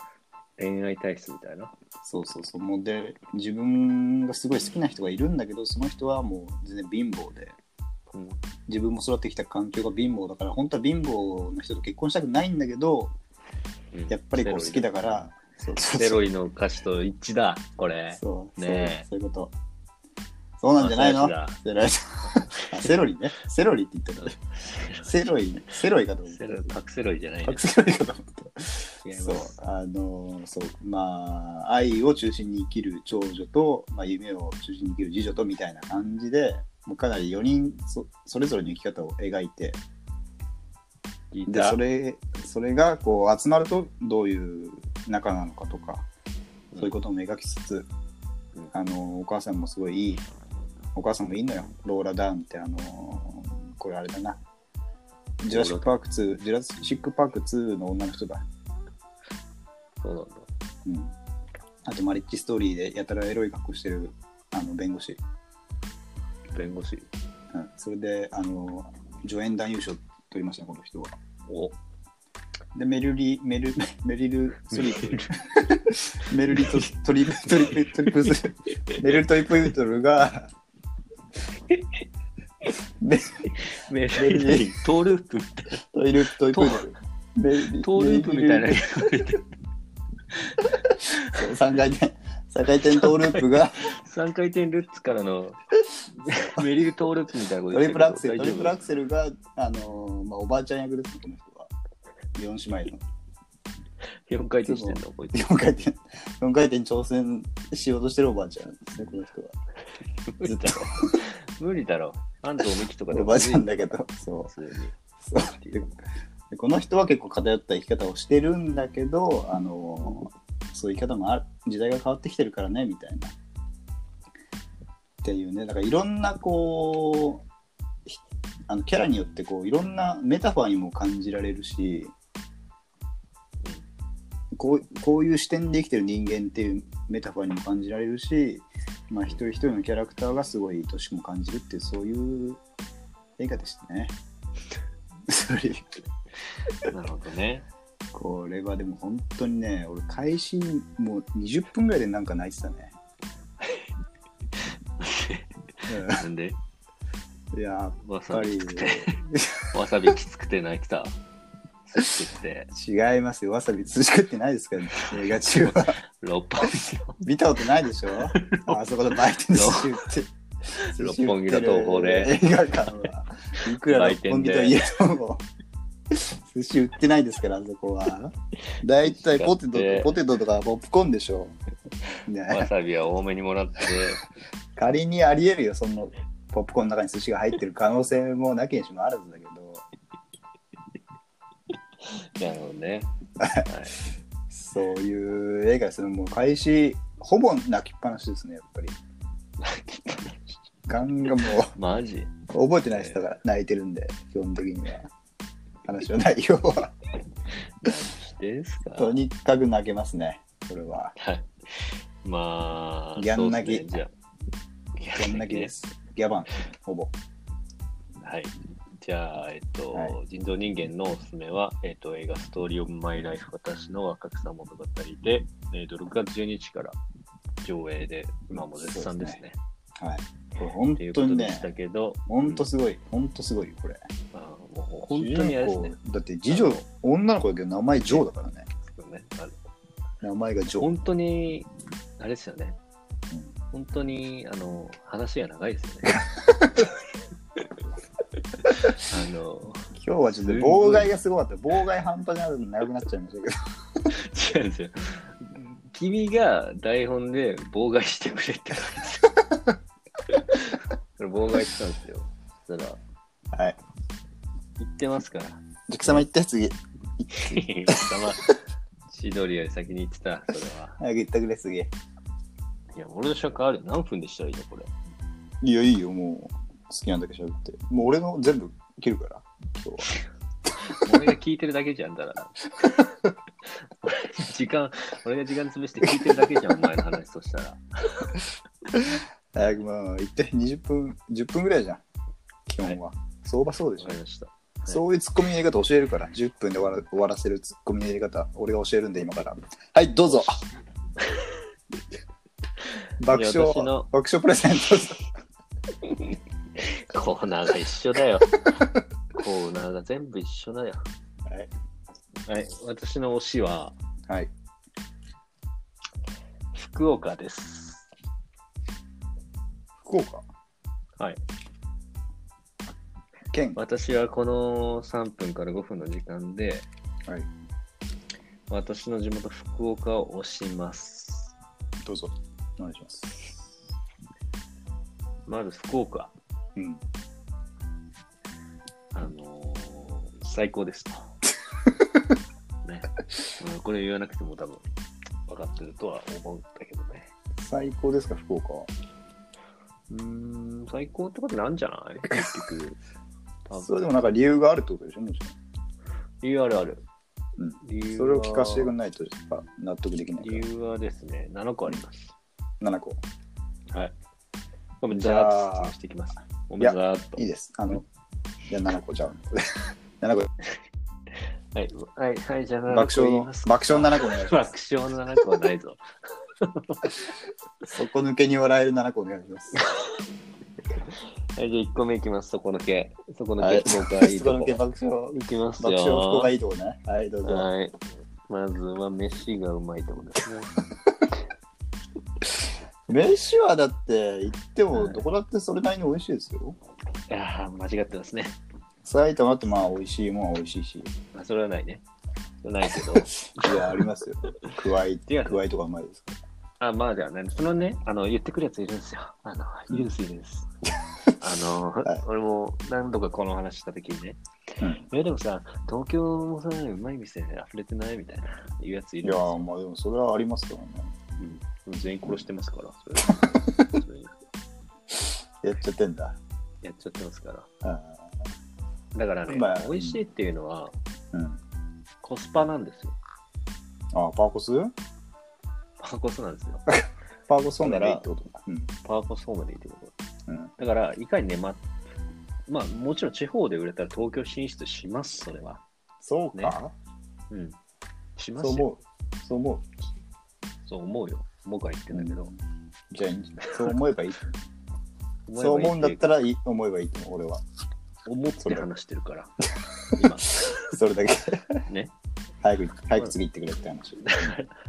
Speaker 1: 恋愛体質みたいな。
Speaker 2: そうそうそう。もうで、自分がすごい好きな人がいるんだけど、その人はもう全然貧乏で。
Speaker 1: うん
Speaker 2: 自分も育ってきた環境が貧乏だから本当は貧乏な人と結婚したくないんだけどやっぱりこう好きだからそうそ
Speaker 1: ス
Speaker 2: うそう
Speaker 1: テロイの歌詞と一致だ、これ。
Speaker 2: そう
Speaker 1: ねえ
Speaker 2: そうそういうことそうなんじゃないの
Speaker 1: 朝
Speaker 2: セロリあセロリ ねセロリって言ったねセロイセロイかと思っ
Speaker 1: 日
Speaker 2: た
Speaker 1: だセロパクセロイじゃないね
Speaker 2: パク。セロイかと思った
Speaker 1: 違います
Speaker 2: そうあのーそうまあ愛を中心に生きる長女と、まあ、夢を中心に生きる次女とみたいな感じでもうかなり4人そそれぞれの生き方を描いて
Speaker 1: 聞い
Speaker 2: で
Speaker 1: た
Speaker 2: それそれがこう集まるとどういう仲なのかとかそういうことも描きつつ、
Speaker 1: うん
Speaker 2: あのお母さんもすごいいいお母さんもいいのよローラ・ダーンってあのこれあれだなジュラシック・パーク2ジュラシック・パーク2の女の人だ、
Speaker 1: そうなんだ。
Speaker 2: うん、あとマリッジ・ストーリーでやたらエロい格好してるあの弁護士、
Speaker 1: 弁護士。
Speaker 2: うん、それであの助演男優賞取りましたねこの人は
Speaker 1: お
Speaker 2: で、メルリ、メル、メリル、ソリプ、メルリトトリプ、トリプ、トリプス、メルトリプルトルが、メ
Speaker 1: メルリトーループみたい
Speaker 2: トイル、トイプードル。メ
Speaker 1: な。トーループみたいな。
Speaker 2: メルリ。そう三回転、三回転トーループが、
Speaker 1: 3回転ルッツから のメリルトーループみたいなこと
Speaker 2: ト
Speaker 1: 言って
Speaker 2: リ
Speaker 1: る
Speaker 2: プルアクセル、
Speaker 1: 大
Speaker 2: ト
Speaker 1: 丈夫
Speaker 2: リプルアクセルが、あのー、まあ、おばあちゃん役です、この人は。4姉妹の。
Speaker 1: 4回転してんのこいつ。
Speaker 2: 4回転、4回転挑戦しようとしてるおばあちゃんですね、この人は。
Speaker 1: 無理だろ。無理だろ。安藤美希とかで
Speaker 2: おばあちゃんだけど、そう。
Speaker 1: 普通に。
Speaker 2: そう ででこの人は結構偏った生き方をしてるんだけど、あのーそういう生き方もある時代が変わってきてるからねみたいな。っていうねだからいろんなこうひあのキャラによってこういろんなメタファーにも感じられるしこうこういう視点で生きてる人間っていうメタファーにも感じられるし、まあ、一人一人のキャラクターがすごい愛しくも感じるっていうそういう映画でしたね。 それ
Speaker 1: なるほどね。
Speaker 2: これはでも本当にね、俺、開始もう20分ぐらいでなんか泣いて たね。
Speaker 1: なんで、
Speaker 2: うんや
Speaker 1: わ
Speaker 2: っ
Speaker 1: さ
Speaker 2: ぱ
Speaker 1: び
Speaker 2: り
Speaker 1: きつくて、わさびきつくて泣いてた。きつくて、
Speaker 2: 違いますよ。わさびつしくってないですから、ね、映画中は。
Speaker 1: 六本木の、
Speaker 2: 見たことない でしょああそこで売店で寿司売って。
Speaker 1: 六本木の東宝で
Speaker 2: 映画館は。いくら六本木といえども。寿司売ってないですから、あそこは。だいたいポテト
Speaker 1: だって
Speaker 2: とポテトとかポップコーンでしょ。ね
Speaker 1: わさびは多めにもらって、
Speaker 2: 仮にありえるよそのポップコーンの中に寿司が入ってる可能性もなきにしもあらずだけど
Speaker 1: なるほどね。はい
Speaker 2: そういう映画ですねもう開始ほぼ泣きっぱなしですねやっぱりガンガンも
Speaker 1: マジ
Speaker 2: う覚えてない人が泣いてるんで基本的には話の内容は
Speaker 1: ですか
Speaker 2: とにかく泣けますねこれは
Speaker 1: はい。まあ、
Speaker 2: ギャン泣き
Speaker 1: そうですねじゃあギ
Speaker 2: ギャン泣きで。すギャバンほぼ
Speaker 1: はい。じゃあ、えっと、
Speaker 2: はい
Speaker 1: 人造人間のおすすめは、えっと、映画ストーリー・オブ・マイ・ライフ、私の若草物語で、えっと、6月12日から上映で、今も絶賛ですね。
Speaker 2: はいこれ本
Speaker 1: っていうこ
Speaker 2: 当
Speaker 1: と
Speaker 2: に
Speaker 1: でした
Speaker 2: ね
Speaker 1: けど、
Speaker 2: 本当すごい本当すごいよこれ
Speaker 1: まあ、もう本当にあれですね。
Speaker 2: だって次女女の子だけど名前ジョーだからね
Speaker 1: あの
Speaker 2: 名前がジョー
Speaker 1: 本当に、あれですよね
Speaker 2: うん。
Speaker 1: 本当に、あの、話が長いですよ ね。あの、
Speaker 2: 今日はちょっと妨害がすごかった。妨害半端じゃなくなっちゃいましたけど。
Speaker 1: 違うんですよ。君が台本で妨害してくれって言われて妨害してたんですよ。そしたら、
Speaker 2: はい。
Speaker 1: 言ってますから。
Speaker 2: じゃ、貴様行って、次。
Speaker 1: 貴様、千鳥より先に言ってた、それは。
Speaker 2: 早く行ったくれ、次。い
Speaker 1: いや、俺の尺あるよ。何分でしたらいいのこれ。
Speaker 2: や、いいよ、もう。好きなんだけ喋って。もう俺の全部切るから、今日
Speaker 1: 俺が聞いてるだけじゃん、だから。 時間、俺が時間潰して聞いてるだけじゃん、お前の話としたら。
Speaker 2: は。早く、まあ、行って、20分、10分ぐらいじゃん。基本は。相場そう
Speaker 1: わ
Speaker 2: でしょ
Speaker 1: か。りました。
Speaker 2: そういうツッコミのやり方教えるから、10分で終わら終わらせるツッコミのやり方、俺が教えるんで、今から。はい、どう ぞ。爆
Speaker 1: いや
Speaker 2: 笑
Speaker 1: 私の、
Speaker 2: 爆笑プレゼント。
Speaker 1: コーナーが一緒だよ。 コーナーが全部一緒だよ。
Speaker 2: はい。
Speaker 1: はい、私の推しは
Speaker 2: はい。
Speaker 1: 福岡です。
Speaker 2: 福岡
Speaker 1: はい。
Speaker 2: 県
Speaker 1: 私はこの3分から5分の時間で、
Speaker 2: はい
Speaker 1: 私の地元福岡を推します。
Speaker 2: どうぞお願いします
Speaker 1: まず福岡、
Speaker 2: うん
Speaker 1: あのー最高 ですと。ね、うんこれ言わなくても多分分かってるとは思うんだけどね。
Speaker 2: 最高ですか福岡は
Speaker 1: うーん、最高ってことなんじゃない結局。多分
Speaker 2: それでもなんか理由があるってことでしょもち
Speaker 1: 理由あるある。
Speaker 2: ろん、
Speaker 1: 理
Speaker 2: うん、
Speaker 1: 由
Speaker 2: それを聞かせてく
Speaker 1: は
Speaker 2: れないとやっぱ納得できないか
Speaker 1: 理由はですね、7個あります。
Speaker 2: ら7個
Speaker 1: はい。ごめん、
Speaker 2: じ
Speaker 1: ざ
Speaker 2: ゃあ
Speaker 1: ーっと説明していきます。ごめん、
Speaker 2: いや
Speaker 1: ざーっと
Speaker 2: いい。ですあのじゃあ7個じゃあ7個
Speaker 1: はい、はい、はい、じゃあ、
Speaker 2: 爆笑の、爆笑の7個お願いし
Speaker 1: 爆
Speaker 2: ます。
Speaker 1: 笑の7個はないぞ。
Speaker 2: 底抜けに笑える7個お願いします。
Speaker 1: はい、じゃあ1個目いきます、そこのけ。そこの
Speaker 2: はい
Speaker 1: け、僕はいい
Speaker 2: 底
Speaker 1: と
Speaker 2: 抜
Speaker 1: こ。
Speaker 2: け爆笑。
Speaker 1: いきますよ。
Speaker 2: 爆笑福がいいとこね。はい、どうぞ。
Speaker 1: はい。まずは、飯がうまいとこですね。
Speaker 2: 飯はだって、行っても、どこだってそれなりに美味しいですよ。
Speaker 1: いやー、間違ってますね。
Speaker 2: 埼玉ってまあ、美味しいもんは美味しいし。い
Speaker 1: まあ、それはないね。ないけど。
Speaker 2: や、あ りますよ。くわい、くわいとかうまいですか
Speaker 1: あ、まあではない。そのね、あの、言ってくるやついるんですよ。あの、いるんです、いるん です。あの、
Speaker 2: はい
Speaker 1: 俺も何度かこの話した時にね、
Speaker 2: うん
Speaker 1: いやでもさ、東京もさ、うまい店溢れてないみたいな、いうやつい
Speaker 2: い
Speaker 1: るんで
Speaker 2: や、
Speaker 1: すよ。
Speaker 2: まあでもそれはありますからね。
Speaker 1: うん全員殺してますから、 それそれ
Speaker 2: やっちゃってんだ。
Speaker 1: やっちゃってますから。
Speaker 2: あ
Speaker 1: だからね、
Speaker 2: まあ
Speaker 1: 美味しいっていうのは
Speaker 2: ーうん。
Speaker 1: コスパなんですよ。
Speaker 2: あ、パーコス
Speaker 1: パーコスなんですよ。
Speaker 2: パーコス飲んだらいいってことだ。うん。
Speaker 1: パーコスホームでいいってこと。
Speaker 2: うん。
Speaker 1: だから、いかにね、ま、まあ、もちろん地方で売れたら東京進出します、それは。
Speaker 2: そうか、
Speaker 1: うん。します
Speaker 2: そう
Speaker 1: よ。
Speaker 2: 思う。そう思う。
Speaker 1: そう思うよ。僕は言ってんだけど。
Speaker 2: じゃあいいん じゃないそう思えばいい。
Speaker 1: 思えばいい
Speaker 2: そう思うんだったらいい思えばいいと思う、俺は。
Speaker 1: 思って話してるから。 今。
Speaker 2: それだけ。
Speaker 1: ね。
Speaker 2: 早く、早く次行ってくれっ て話。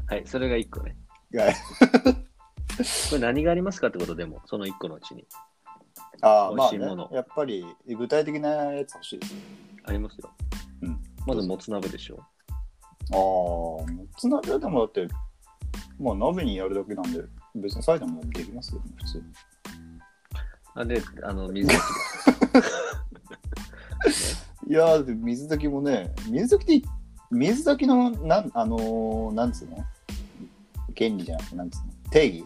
Speaker 1: はい、それが1個ね。
Speaker 2: はい
Speaker 1: これ何がありますかってことでも、その1個のうちに。
Speaker 2: ああ、
Speaker 1: 美
Speaker 2: ま
Speaker 1: 味
Speaker 2: あ、
Speaker 1: しい
Speaker 2: ね
Speaker 1: もの、
Speaker 2: やっぱり具体的なやつ欲しいですね。
Speaker 1: ありますよ。
Speaker 2: うん
Speaker 1: まず、もつ鍋でしょ。
Speaker 2: ああ、もつ鍋でもだって、まあ鍋にやるだけなんで、別に埼玉でもできますよね、普通。
Speaker 1: あで、あの、 水炊
Speaker 2: いやー、だって水炊きもね、水炊きって、水炊きの、なん、あのー、なんつうの原理じゃなくて、なんつうの定義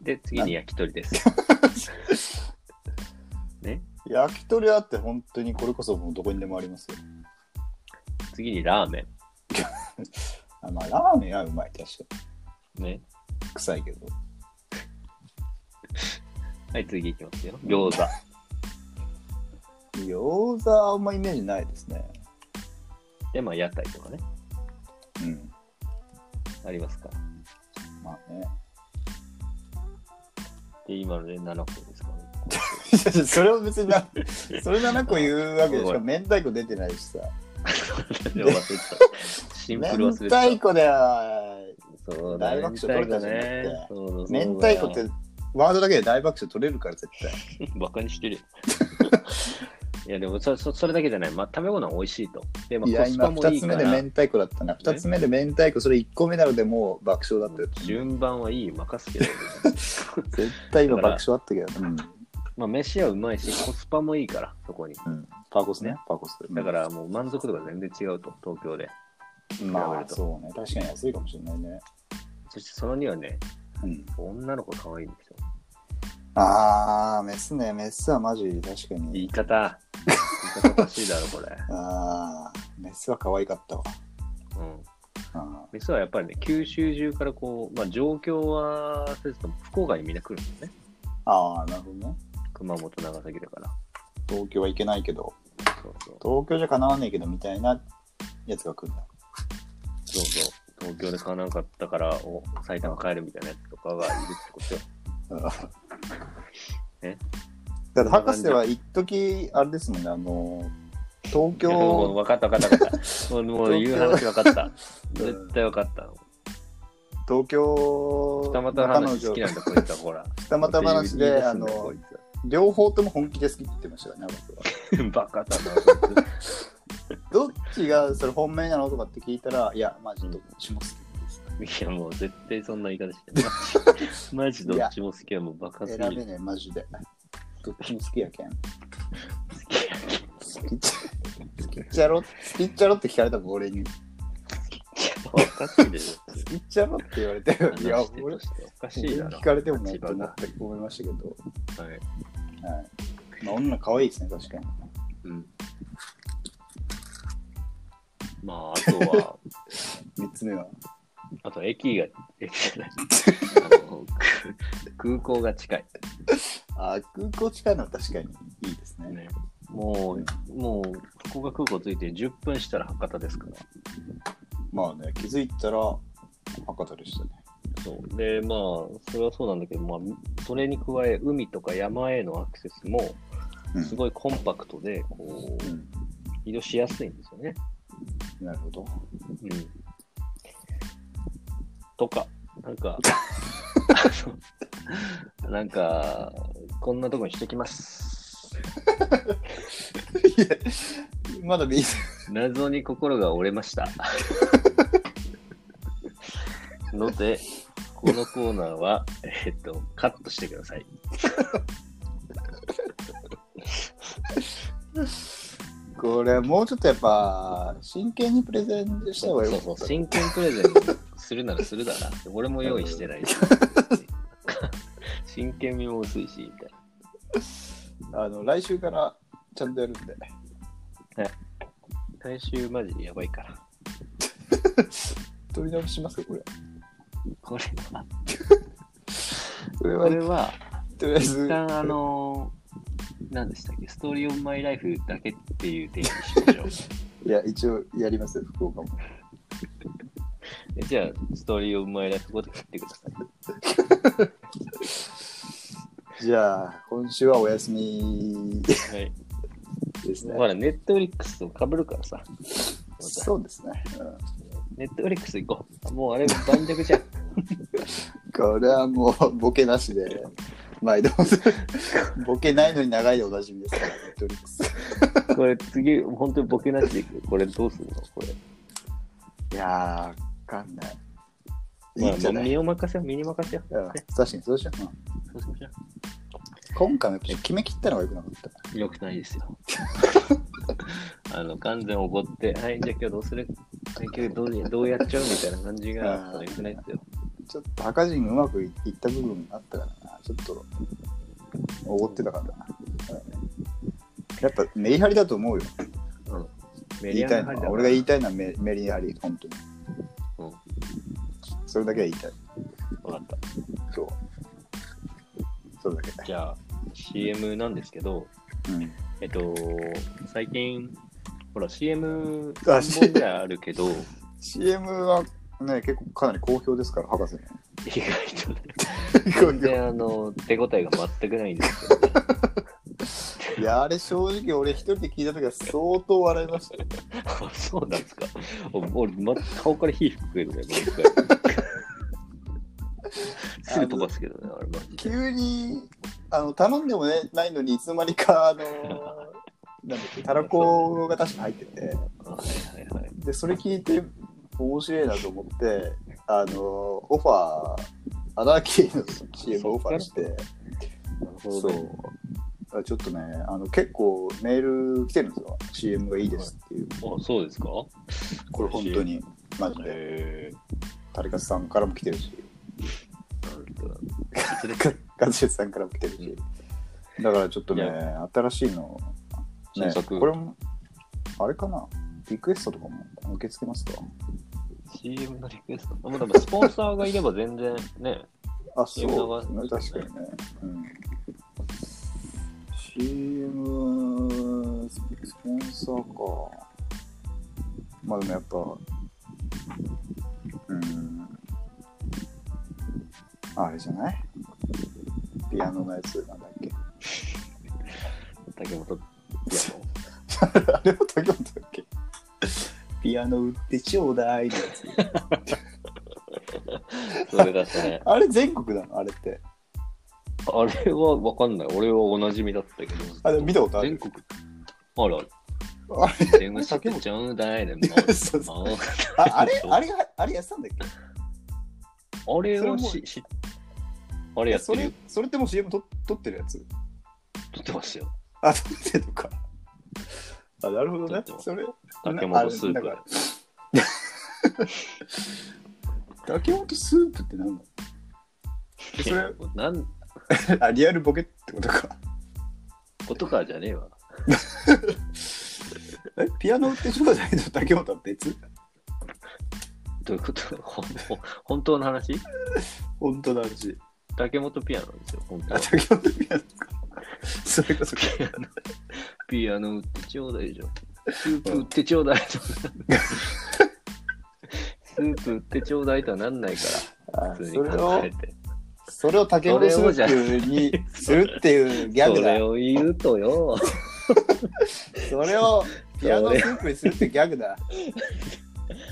Speaker 1: き。で、次に焼き鳥 です。ね。
Speaker 2: 焼き鳥屋って本当にこれこそもうどこにでもありますよ。
Speaker 1: 次にラーメ
Speaker 2: あまあ、ラーメンはうまい、確か
Speaker 1: ン。ね。
Speaker 2: に。臭いけど。
Speaker 1: はい、次いきますよ。餃子。
Speaker 2: 餃子はあんまイメージないですね。
Speaker 1: で、まあ、屋台とかね。
Speaker 2: うん。
Speaker 1: ありますから。
Speaker 2: まあね。
Speaker 1: で、今ので7個ですからね。
Speaker 2: それは別にな、それ7個言うわけでし
Speaker 1: すご
Speaker 2: か
Speaker 1: い
Speaker 2: も、明太子出てないしさ。
Speaker 1: 忘れて た。シン
Speaker 2: 明
Speaker 1: プル忘れてた。
Speaker 2: 太子だよ。
Speaker 1: そう
Speaker 2: 大爆笑取れたじゃんだって明太子っ。
Speaker 1: そう
Speaker 2: て、ワードだけで大爆笑取れるから、絶対。
Speaker 1: だバカにしてる よ。いやでもそそそれだけじゃない、まあ、食べ物は美味しいと。で、ま
Speaker 2: い
Speaker 1: あ、
Speaker 2: や、
Speaker 1: コス
Speaker 2: 今
Speaker 1: パもい
Speaker 2: 2
Speaker 1: い
Speaker 2: つ
Speaker 1: か
Speaker 2: 目で
Speaker 1: ら
Speaker 2: 明、太子だったな。2つ目で明太子、それ1個目なのでもう爆笑だったよ。
Speaker 1: 順番はいい、任すけど、
Speaker 2: 絶対今
Speaker 1: だから
Speaker 2: 爆笑あったけどね。
Speaker 1: まあ、飯はうまいし、コスパもいいから、そこに。
Speaker 2: うん。うんパーコスね。パーコス。
Speaker 1: だからもう満足度が全然違うと、東京で。
Speaker 2: うん、まあ、そうね。確かに安いかもしれないね。
Speaker 1: そしてその2はね、
Speaker 2: うん。
Speaker 1: 女の子可愛いんですよ。
Speaker 2: ああ、メスね。メスはマジ確か
Speaker 1: 言
Speaker 2: に
Speaker 1: い。方、言い方おかしいだろ、これ。
Speaker 2: ああ、メスは可愛かったわ。
Speaker 1: うん。
Speaker 2: あ
Speaker 1: メスはやっぱりね、九州中からこう、まあ、上京はせずとも福岡にみんな来るんですね。
Speaker 2: あー、なるほどね。
Speaker 1: 熊本、長崎だから。
Speaker 2: 東京は行けないけど、
Speaker 1: そうそう。
Speaker 2: 東京じゃかなわねえけどみたいなやつが来るんだ。
Speaker 1: そうそう。東京で買わなかったから、お埼玉帰るみたいなやつとかがいるってことよ。え
Speaker 2: だって博士は一時あれですもんね、あの、
Speaker 1: い
Speaker 2: 東
Speaker 1: やもう
Speaker 2: 京、
Speaker 1: 分かった分かった分か った。もうもう言う話分かった。絶対分かった。
Speaker 2: 東京、
Speaker 1: 二股話好きなんだ、こいつは、ほら。
Speaker 2: 二股話で、あの
Speaker 1: こい、つ
Speaker 2: 両方とも本気で好きって言ってましたよね、僕は。
Speaker 1: は バカだな、こいつ
Speaker 2: どっちがそれ本命なのとかって聞いたら、いや、マジどっちも好きです。
Speaker 1: いや、もう絶対そんな言い方して ない。マジどっちも好きはもうバカす
Speaker 2: 選
Speaker 1: ぎ
Speaker 2: べ
Speaker 1: る。
Speaker 2: ねえ、マジで。どっちも好きやけん。好きっちゃ好きっちゃろ好きっちゃろって聞かれたもん、俺に。好
Speaker 1: おかしいでしょ。
Speaker 2: きっちゃろって言われて、いや、
Speaker 1: 話して
Speaker 2: 俺
Speaker 1: と、しておかしいだろ
Speaker 2: 聞。かれてもね、
Speaker 1: 立
Speaker 2: と
Speaker 1: 場
Speaker 2: 思
Speaker 1: が
Speaker 2: って思いましたけど。
Speaker 1: はい
Speaker 2: はい。まあ、女可愛いですね、確かに。
Speaker 1: うんまあ、あとは、
Speaker 2: 三つ目は。
Speaker 1: あと駅が、駅 じゃない。あのく空港が近い、
Speaker 2: あ、空港近いのは確かにいいですね。
Speaker 1: ね。もう、もう、福岡空港着いて10分したら博多ですから。
Speaker 2: まあね、気づいたら、博多でしたね。
Speaker 1: そう。で、まあ、それはそうなんだけど、まあ、それに加え、海とか山へのアクセスも、
Speaker 2: うん
Speaker 1: すごいコンパクトで、こう、
Speaker 2: うん
Speaker 1: 移動しやすいんですよね。
Speaker 2: なるほど。
Speaker 1: うん。とか、なん か、なんか、こんなとこにしてきます。
Speaker 2: いや、まだ見
Speaker 1: 謎に心が折れま した。ので、このコーナーは、えっと、カットしてください。
Speaker 2: これもうちょっとやっぱ、真剣にプレゼンした方
Speaker 1: そ
Speaker 2: が
Speaker 1: う
Speaker 2: よかった
Speaker 1: そ
Speaker 2: ね。
Speaker 1: う、真剣プレゼンするならするだな。俺も用意してないし。真剣味も薄いし、みたい
Speaker 2: あの、来週からちゃんとやるんで。
Speaker 1: な。来週マジでやばいから。
Speaker 2: 取り直しますよ、これ。
Speaker 1: これは、
Speaker 2: これ
Speaker 1: こ
Speaker 2: は、
Speaker 1: れ
Speaker 2: ね、
Speaker 1: は、
Speaker 2: とりあえ
Speaker 1: 一
Speaker 2: ず、
Speaker 1: 旦あのー、何でしたっけ、ストーリーオンマイライフだけっていうテー マにしましょ
Speaker 2: いや、一応やりますよ、福岡も。
Speaker 1: う。じゃあ、ストーリーオンマイライフごと切ってください。
Speaker 2: じゃあ、今週はお休み
Speaker 1: はい。
Speaker 2: ですね
Speaker 1: ほ。ら、ネットフリックスとかぶるからさ。
Speaker 2: そうですね。
Speaker 1: ネットフリックス行こう。もうあれ盤石 じゃん。
Speaker 2: うん、これはもう、ボケなしで、毎度、ボケないのに長いでおなじみですから、ネットフリックス。
Speaker 1: これ次、本当にボケなしでいく。これどうするのこれ。
Speaker 2: いやー、わかんない。いいんじ
Speaker 1: ま
Speaker 2: ゃ
Speaker 1: あ、
Speaker 2: ない、
Speaker 1: 身を任せよう、身に任せよう。
Speaker 2: うん確かにそうしよう。うん
Speaker 1: そうしましょ
Speaker 2: 今回もやっぱ決めきったのが良くなかった。
Speaker 1: う。よくないです よ。あの、完全怒って、はい、じゃあ今日どうするはい今日どうどうやっちゃうみたいな感じが、よくないですよ。
Speaker 2: ちょっと赤字がうまくいった部分あったからな、ちょっと、おごってたからな。うんやっぱメリハリだと思うよ。
Speaker 1: メ
Speaker 2: 言いたいのは、俺が言いたいのはメメリハリ、本当に。
Speaker 1: うん
Speaker 2: それだけは言いたい。
Speaker 1: 分かった。
Speaker 2: そう。それだけ。
Speaker 1: じゃあ、CM なんですけど、
Speaker 2: うん。
Speaker 1: えっと、最近、ほら、CM
Speaker 2: あ
Speaker 1: 3本ぐらいあるけ ど、
Speaker 2: CM はね、結構かなり好評ですから、博士の。
Speaker 1: 意外とね、全然あの、手応えが全くないんですよ、ね。
Speaker 2: いや、あれ正直俺一人で聞いた時は相当笑いましたよ。
Speaker 1: あそうなんですか。お俺、ま、顔から火吹くけどね、もう一 回。すぐ飛ばすけどね、あれマジで。
Speaker 2: 急にあの頼んでも、ね、ないのにいつの間にかあのなんだっけたらこが確か入ってて
Speaker 1: はいはいはい。
Speaker 2: でそれ聞いて面白いなと思ってあのオファーアナーキーの CM オファーして
Speaker 1: なるほど、
Speaker 2: そう
Speaker 1: ね。
Speaker 2: あちょっとねあの結構メール来てるんですよ CM がいいですっていう
Speaker 1: あ、そうですか
Speaker 2: これ本当にマジで
Speaker 1: へえ。
Speaker 2: タレカツさんからも来てるし
Speaker 1: なるほど
Speaker 2: ガズシェさんからも来てるしだからちょっとね
Speaker 1: い
Speaker 2: 新しいの
Speaker 1: 新作
Speaker 2: これも、あれかなリクエストとかも受け付けますか
Speaker 1: CM のリクエスト。あもうでもスポンサーがいれば全然ね、
Speaker 2: あ、
Speaker 1: いや
Speaker 2: そうです
Speaker 1: 流れますね
Speaker 2: ね。確かにね。うん、CM、スポンサーか。まあでもやっぱ、うん、あれじゃないピアノのやつなんだっけ
Speaker 1: 竹本ピ
Speaker 2: あれも竹本だっけピアノ売ってちょうだいのやつ。
Speaker 1: アノ。それだったね。
Speaker 2: あれ全国なのあれって。
Speaker 1: あれはわかんない。俺はおなじみだったけど。
Speaker 2: あでも見たことある
Speaker 1: 全国。あるある。
Speaker 2: あれ
Speaker 1: 電話してちゃうんだいでも。
Speaker 2: そうそう
Speaker 1: あ
Speaker 2: ああれあれがあれやってたんだっけ
Speaker 1: あれ
Speaker 2: それ
Speaker 1: を
Speaker 2: も
Speaker 1: し、しあれやって
Speaker 2: そ
Speaker 1: るよ
Speaker 2: れ。それってもう CM と撮ってるやつ
Speaker 1: 撮ってましたよ。
Speaker 2: あ撮ってるのかあなるほど
Speaker 1: 撮っ
Speaker 2: ね
Speaker 1: てます
Speaker 2: それ
Speaker 1: 竹本スー
Speaker 2: あれなん
Speaker 1: プ。
Speaker 2: 竹本スープってなんだそれ
Speaker 1: なん
Speaker 2: あリアルボケってことか
Speaker 1: ことかじゃねえわ。
Speaker 2: えピアノ売ってちょうだいの竹本は別
Speaker 1: どういうことほん本当の話
Speaker 2: 本当の話
Speaker 1: 竹本ピアノですよ。本当
Speaker 2: あ
Speaker 1: は
Speaker 2: 竹本ピアノかそれこそ
Speaker 1: ピアノピーあの売ってちょうだいじゃん。スープ売ってちょうだい とか。スープ売ってちょうだいとはなんないか
Speaker 2: あ
Speaker 1: ら、普通に
Speaker 2: それ
Speaker 1: 考
Speaker 2: を
Speaker 1: え、て。
Speaker 2: それを竹下ろすっていうにするっていうギャグ
Speaker 1: それ
Speaker 2: だ。
Speaker 1: を言うとよ。
Speaker 2: それをピアノスープにするってギャグだ。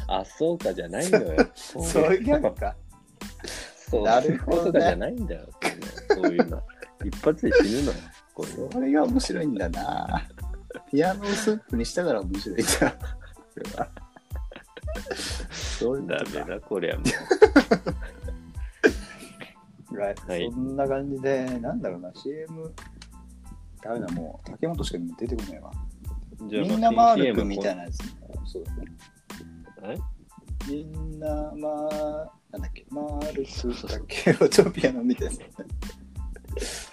Speaker 1: あ、そうかじゃないのよ。 そ
Speaker 2: そういうギャグか。
Speaker 1: そう
Speaker 2: なるほどね
Speaker 1: そうかじゃないんだよ。そういうの。一発で死ぬのよ。これ
Speaker 2: それが面白いんだな。ピアノスープにしたから面白いんだ。それはそういうこと
Speaker 1: ダメだ、こりゃも
Speaker 2: はい、
Speaker 1: はい
Speaker 2: そんな感じで、なんだろうな、CM、ダメだ、もう、竹本しか出てこないわ。
Speaker 1: う。じゃあ
Speaker 2: みんなマールく
Speaker 1: CM
Speaker 2: んみたいなやつ。そうだね。
Speaker 1: え
Speaker 2: みんなマー、なんだっけ、マールくんだっけ、 オトピアノみたいなやつ。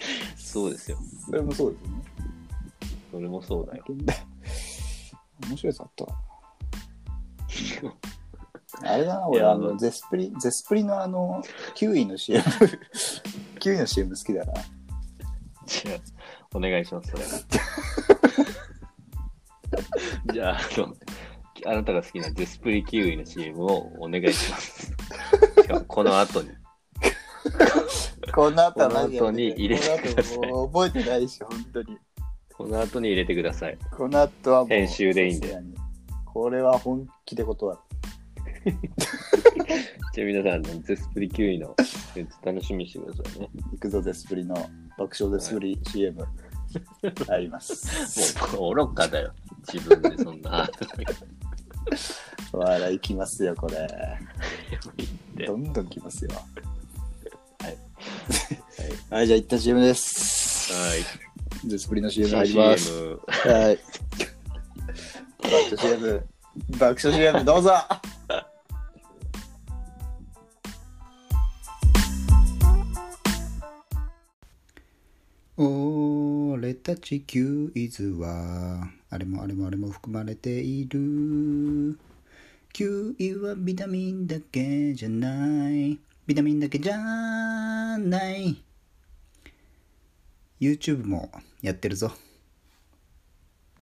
Speaker 1: そうですよ。
Speaker 2: それもそうですよね。
Speaker 1: それもそう だよ。
Speaker 2: 面白いやつあったわあれだな、俺、
Speaker 1: いや
Speaker 2: あの、ゼスプリ、ゼスプリのあの、9位の CM、9位の CM 好 きだな。
Speaker 1: じゃあ、お願いし ます、それ。じゃあ、あの、あなたが好きなデスプリキウイの CM をお願いします。しかも、この後に。
Speaker 2: この後は何
Speaker 1: この後に入れてください
Speaker 2: この後もう覚えてないでしょ、本当に。
Speaker 1: この後に入れてください。
Speaker 2: この後はもう。
Speaker 1: 編集でいいんで
Speaker 2: さすがに。これは本気で断る。
Speaker 1: じゃあ、皆さん、あのデスプリキウイのやつ楽しみにしてくださいね。も
Speaker 2: 行くぞ、デスプリの爆笑デスプリ CM。あります。
Speaker 1: う、愚かだよ。自分でそんな。
Speaker 2: 笑いきますよ、これ。どんどんきますよ。はい。はい、じゃあ一旦 CM です。
Speaker 1: はい。
Speaker 2: デスプリの CM 入ります。
Speaker 1: CM、
Speaker 2: はい。爆笑 CM、爆笑 CM どうぞ俺たちキュイズはあれもあれもあれも含まれているキュイはビタミンだけじゃないビタミンだけじゃない YouTube もやってるぞ